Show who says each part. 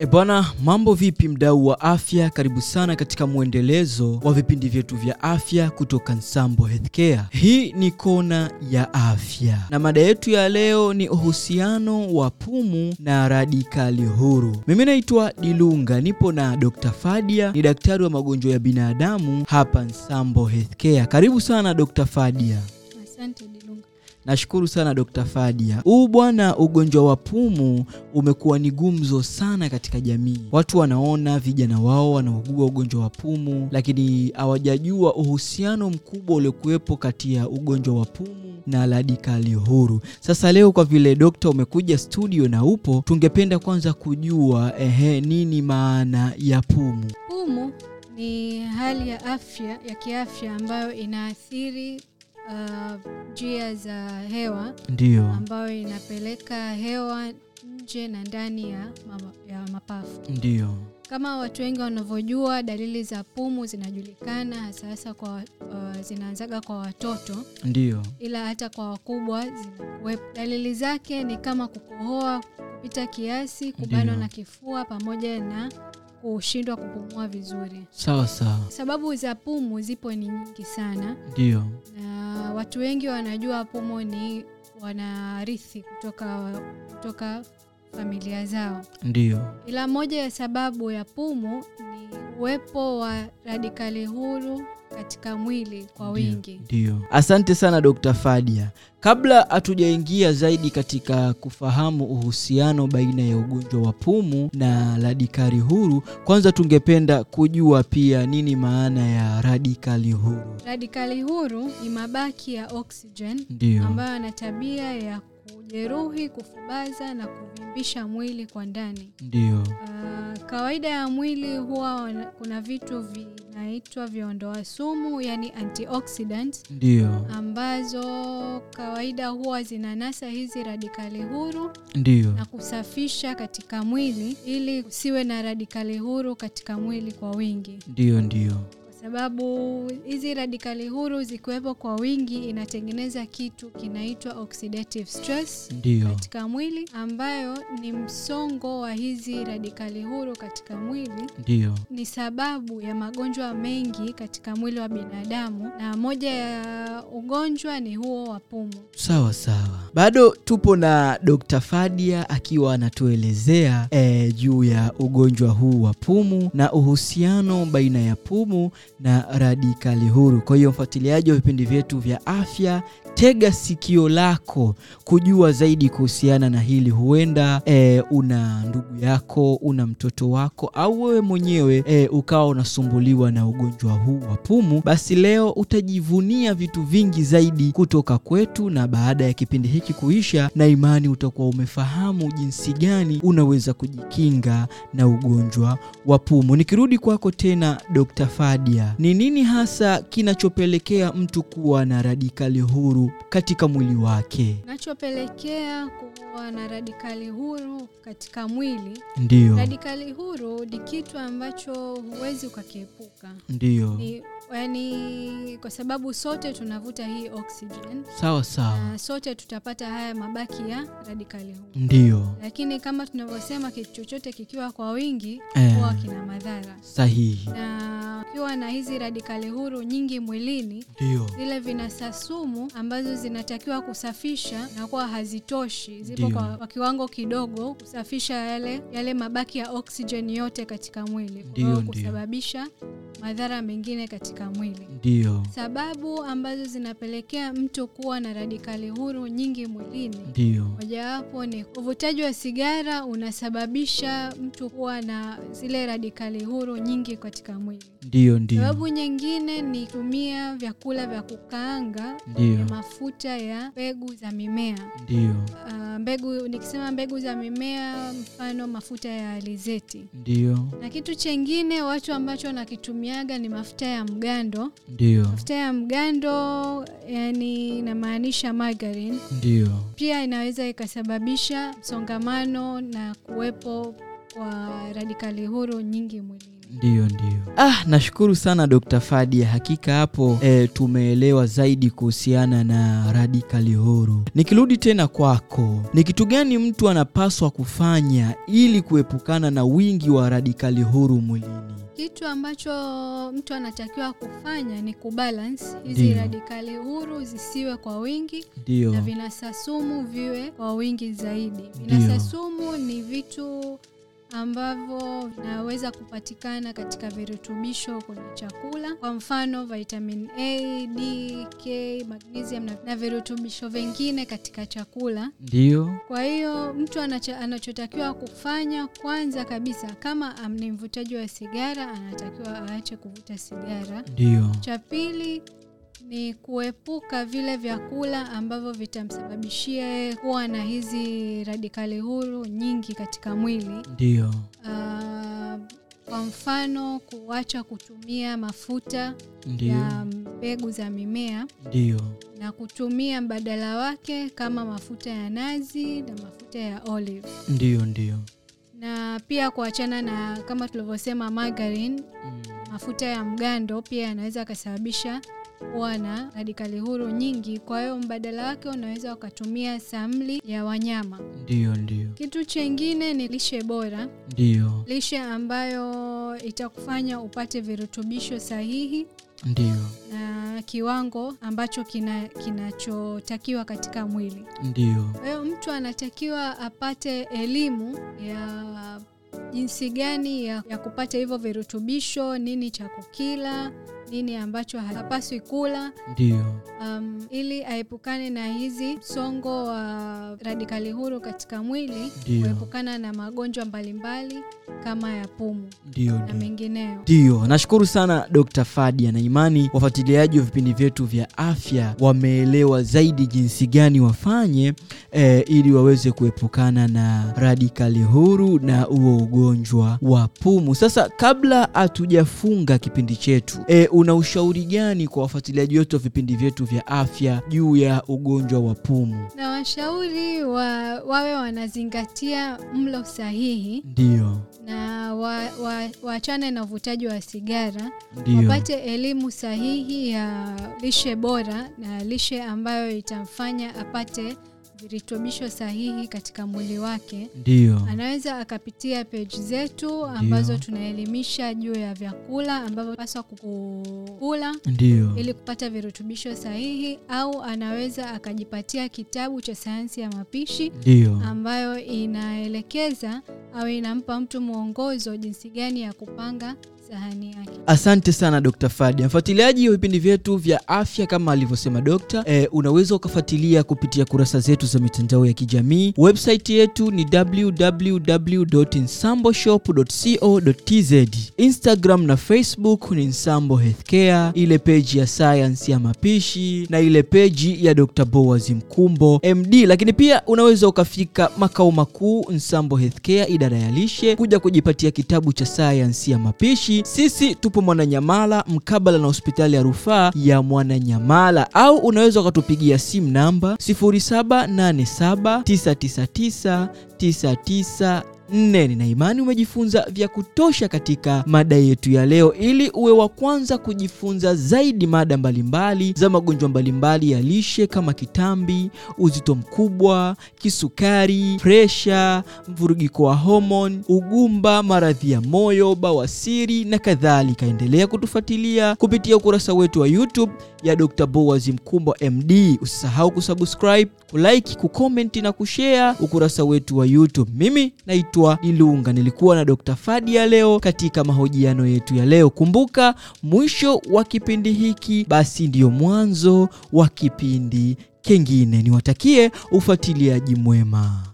Speaker 1: E bwana, mambo vipi mdau wa afya? Karibu sana katika mwendelezo wa vipindi vyetu vya afya kutoka Nsambo Healthcare. Hii ni kona ya afya na mada yetu ya leo ni uhusiano wa pumu na radikali huru. Mimi naitwa Dilunga, nipo na Dr. Fadia, ni daktari wa magonjwa ya binadamu hapa Nsambo Healthcare. Karibu sana Dr. Fadia.
Speaker 2: Asante Dilunga.
Speaker 1: Nashukuru sana Dr. Fadia. Huu bwana, ugonjwa wa pumu umekuwa ni gumzo sana katika jamii. Watu wanaona vijana wao wanaugua ugonjwa wa pumu, lakini hawajajua uhusiano mkubwa uliokuwepo kati ya ugonjwa wa pumu na radikali huru. Sasa leo kwa vile dokta umekuja studio na upo, tungependa kwanza kujua ehe, nini maana ya pumu?
Speaker 2: Pumu ni hali ya afya ya kiafya ambayo inaathiri uh, njia za hewa
Speaker 1: Ndiyo,
Speaker 2: ambayo inapeleka hewa nje na ndani ya, mama, ya mapafu.
Speaker 1: ndiyo,
Speaker 2: Kama watu wengi wanavyojua, dalili za pumu zinajulikana hasa hasa kwa uh, zinaanzaga kwa watoto,
Speaker 1: ndiyo,
Speaker 2: ila hata kwa wakubwa zinakuwepo. Dalili zake ni kama kukohoa kupita kiasi, kubanwa
Speaker 1: Ndiyo.
Speaker 2: na kifua pamoja na kushindwa kupumua vizuri.
Speaker 1: sawa sawa,
Speaker 2: Sababu za pumu zipo ni nyingi sana,
Speaker 1: ndiyo,
Speaker 2: na watu wengi wanajua pumu ni wanarithi kutoka, kutoka familia zao,
Speaker 1: ndiyo,
Speaker 2: ila moja ya sababu ya pumu ni uwepo wa radikali huru katika mwili kwa wingi.
Speaker 1: Ndio. Asante sana Dr. Fadia. Kabla hatujaingia zaidi katika kufahamu uhusiano baina ya ugonjwa wa pumu na radikali huru, kwanza tungependa kujua pia nini maana ya radikali huru.
Speaker 2: Radikali huru ni mabaki ya oxygen
Speaker 1: Ndio.
Speaker 2: ambayo yana tabia ya kujeruhi, kufubaza na kuvimbisha mwili kwa ndani.
Speaker 1: Ndio.
Speaker 2: Ah, kawaida ya mwili huwa wana- kuna vitu vinaitwa viondoa sumu, yani antioxidant,
Speaker 1: Ndio.
Speaker 2: ambazo kawaida huwa zinanasa hizi radikali huru
Speaker 1: Ndio.
Speaker 2: na kusafisha katika mwili ili usiwe na radikali huru katika mwili kwa wingi,
Speaker 1: Ndio, ndio.
Speaker 2: kwa sababu hizi radikali huru zikiwepo kwa wingi inatengeneza kitu kinaitwa oxidative stress
Speaker 1: Ndio.
Speaker 2: katika mwili ambayo ni msongo wa hizi radikali huru katika mwili
Speaker 1: Ndio.
Speaker 2: ni sababu ya magonjwa mengi katika mwili wa binadamu na moja ya ugonjwa ni huo wa pumu
Speaker 1: Sawa sawa, bado tupo na Dr. Fadia akiwa anatuelezea eh, juu ya ugonjwa huu wa pumu na uhusiano baina ya pumu na radikali huru. Kwa hiyo mfuatiliaji wa vipindi vyetu vya afya, tega sikio lako kujua zaidi kuhusiana na hili. Huenda eh, una ndugu yako, una mtoto wako, au wewe mwenyewe eh, ukawa unasumbuliwa na ugonjwa huu wa pumu, basi leo utajivunia vitu vingi zaidi kutoka kwetu, na baada ya kipindi hiki kuisha, na imani utakuwa umefahamu jinsi gani unaweza kujikinga na ugonjwa wa pumu. Nikirudi kwako tena, Dr. Fadia, ni nini hasa kinachopelekea mtu kuwa na radikali huru katika mwili wake?
Speaker 2: kinachopelekea kuwa na radikali huru katika mwili.
Speaker 1: Ndiyo,
Speaker 2: Radikali huru ni kitu ambacho huwezi ukakiepuka,
Speaker 1: ndiyo,
Speaker 2: ni yani, kwa sababu sote tunavuta hii oxygen
Speaker 1: sawa sawa,
Speaker 2: na sote tutapata haya mabaki ya radikali huru.
Speaker 1: ndiyo,
Speaker 2: lakini kama tunavyosema kitu chochote kikiwa kwa wingi
Speaker 1: Eh.
Speaker 2: huwa kina madhara
Speaker 1: sahihi,
Speaker 2: na ukiwa na hizi radikali huru nyingi mwilini
Speaker 1: ndiyo,
Speaker 2: zile vinasa sumu ambazo zinatakiwa kusafisha na kuwa hazitoshi zipo
Speaker 1: Ndiyo.
Speaker 2: kwa, kwa kiwango kidogo kusafisha yale, yale mabaki ya oksijeni yote katika mwili kwa hiyo
Speaker 1: Ndiyo, ndiyo.
Speaker 2: kusababisha madhara mengine katika mwili
Speaker 1: ndiyo,
Speaker 2: sababu ambazo zinapelekea mtu kuwa na radikali huru nyingi mwilini
Speaker 1: ndiyo,
Speaker 2: Mojawapo ni uvutaji wa sigara unasababisha mtu kuwa na zile radikali huru nyingi katika mwili.
Speaker 1: ndiyo, ndiyo,
Speaker 2: Sababu nyingine ni kutumia vyakula vya kukaanga
Speaker 1: ndiyo,
Speaker 2: na mafuta ya mbegu za mimea.
Speaker 1: ndiyo,
Speaker 2: Ah, mbegu nikisema mbegu za mimea, mfano mafuta ya alizeti.
Speaker 1: ndiyo,
Speaker 2: Na kitu chengine watu ambacho wanakitumiaga ni mafuta ya mgando.
Speaker 1: ndiyo,
Speaker 2: Mafuta ya mgando yani inamaanisha margarine
Speaker 1: ndiyo,
Speaker 2: pia inaweza ikasababisha msongamano na kuwepo kwa radikali huru nyingi mwilini.
Speaker 1: ndiyo ndiyo ah nashukuru sana dr fadia hakika hapo e, tumeelewa zaidi kuhusiana na radikali huru nikirudi tena kwako ni kitu gani mtu anapaswa kufanya ili kuepukana na wingi wa radikali huru mwilini
Speaker 2: kitu ambacho mtu anatakiwa kufanya ni kubalance hizi
Speaker 1: Ndiyo.
Speaker 2: radikali huru zisiwe kwa wingi
Speaker 1: ndiyo
Speaker 2: na vinasasumu viwe kwa wingi zaidi
Speaker 1: Ndiyo.
Speaker 2: vinasasumu ni vitu ambavyo vinaweza kupatikana katika virutubisho kwenye chakula kwa mfano vitamin a d k magnesium na, na virutubisho vingine katika chakula
Speaker 1: ndiyo
Speaker 2: kwa hiyo mtu anacho, anachotakiwa kufanya kwanza kabisa kama am- ni mvutaji wa sigara anatakiwa aache kuvuta sigara
Speaker 1: ndiyo
Speaker 2: cha pili ni kuepuka vile vyakula ambavyo vitamsababishia yeye kuwa na hizi radikali huru nyingi katika mwili.
Speaker 1: ndiyo
Speaker 2: Ah, Kwa mfano, kuacha kutumia mafuta
Speaker 1: ndiyo
Speaker 2: ya mbegu za mimea
Speaker 1: ndiyo
Speaker 2: na kutumia mbadala wake kama mafuta ya nazi na mafuta ya olive,
Speaker 1: ndiyo ndiyo
Speaker 2: na pia kuachana na kama tulivyosema margarine
Speaker 1: Mm,
Speaker 2: mafuta ya mgando pia yanaweza akasababisha kuwa na radikali huru nyingi kwa hiyo mbadala wake unaweza ukatumia samli ya wanyama
Speaker 1: ndiyo ndiyo
Speaker 2: kitu chengine ni lishe bora
Speaker 1: ndiyo
Speaker 2: lishe ambayo itakufanya upate virutubisho sahihi
Speaker 1: ndiyo
Speaker 2: na kiwango ambacho kina, kinachotakiwa katika mwili
Speaker 1: ndiyo
Speaker 2: kwa hiyo mtu anatakiwa apate elimu ya jinsi gani ya, ya kupata hivyo virutubisho, nini cha kukila, nini ambacho hapaswi kula
Speaker 1: ndiyo
Speaker 2: um, ili aepukane na hizi msongo wa radikali huru katika mwili,
Speaker 1: Ndiyo.
Speaker 2: kuepukana na magonjwa mbalimbali kama ya pumu
Speaker 1: ndiyo
Speaker 2: na
Speaker 1: ndiyo
Speaker 2: mengineyo.
Speaker 1: ndiyo nashukuru sana dr fadia na imani wafuatiliaji wa vipindi vyetu vya afya wameelewa zaidi jinsi gani wafanye eh, ili waweze kuepukana na radikali huru na huo ugonjwa wa pumu sasa kabla hatujafunga kipindi chetu eh, una ushauri gani kwa wafuatiliaji wote wa vipindi vyetu vya afya juu ya ugonjwa wa pumu
Speaker 2: Na washauri wa, wawe wanazingatia mlo sahihi
Speaker 1: ndiyo
Speaker 2: na waachane wa, wa waachane na uvutaji wa sigara
Speaker 1: ndiyo
Speaker 2: wapate elimu sahihi ya lishe bora na lishe ambayo itamfanya apate virutubisho sahihi katika mwili wake
Speaker 1: ndiyo
Speaker 2: anaweza akapitia peji zetu ambazo
Speaker 1: Ndio.
Speaker 2: tunaelimisha juu ya vyakula ambavyo paswa kukula
Speaker 1: ndiyo
Speaker 2: ili kupata virutubisho sahihi au anaweza akajipatia kitabu cha sayansi ya mapishi
Speaker 1: ndiyo
Speaker 2: ambayo inaelekeza au inampa mtu mwongozo jinsi gani ya kupanga sahani yake
Speaker 1: asante sana dr fadi mfuatiliaji wa vipindi vyetu vya afya kama alivyosema dokta e, unaweza ukafuatilia kupitia kurasa zetu za mitandao ya kijamii website yetu ni www.nsamboshop.co.tz instagram na facebook ni nsambo healthcare ile peji ya sayansi ya mapishi na ile peji ya dr boaz mkumbo md lakini pia unaweza ukafika makao makuu nsambo healthcare idara ya lishe kuja kujipatia kitabu cha sayansi ya mapishi sisi tupo mwananyamala mkabala na hospitali ya rufaa ya mwananyamala au unaweza ukatupigia simu namba 7879999 nne nina imani umejifunza vya kutosha katika mada yetu ya leo ili uwe wa kwanza kujifunza zaidi mada mbalimbali za magonjwa mbalimbali ya lishe kama kitambi uzito mkubwa kisukari presha mvurugiko wa homon ugumba maradhi ya moyo bawasiri na kadhalika endelea kutufuatilia kupitia ukurasa wetu wa youtube ya dr boaz mkumbo md usisahau kusubscribe kulike kukomenti na kushea ukurasa wetu wa youtube mimi naitwa ilunga nilikuwa na dr fadia leo katika mahojiano yetu ya leo kumbuka mwisho wa kipindi hiki basi ndiyo mwanzo wa kipindi kengine niwatakie ufuatiliaji mwema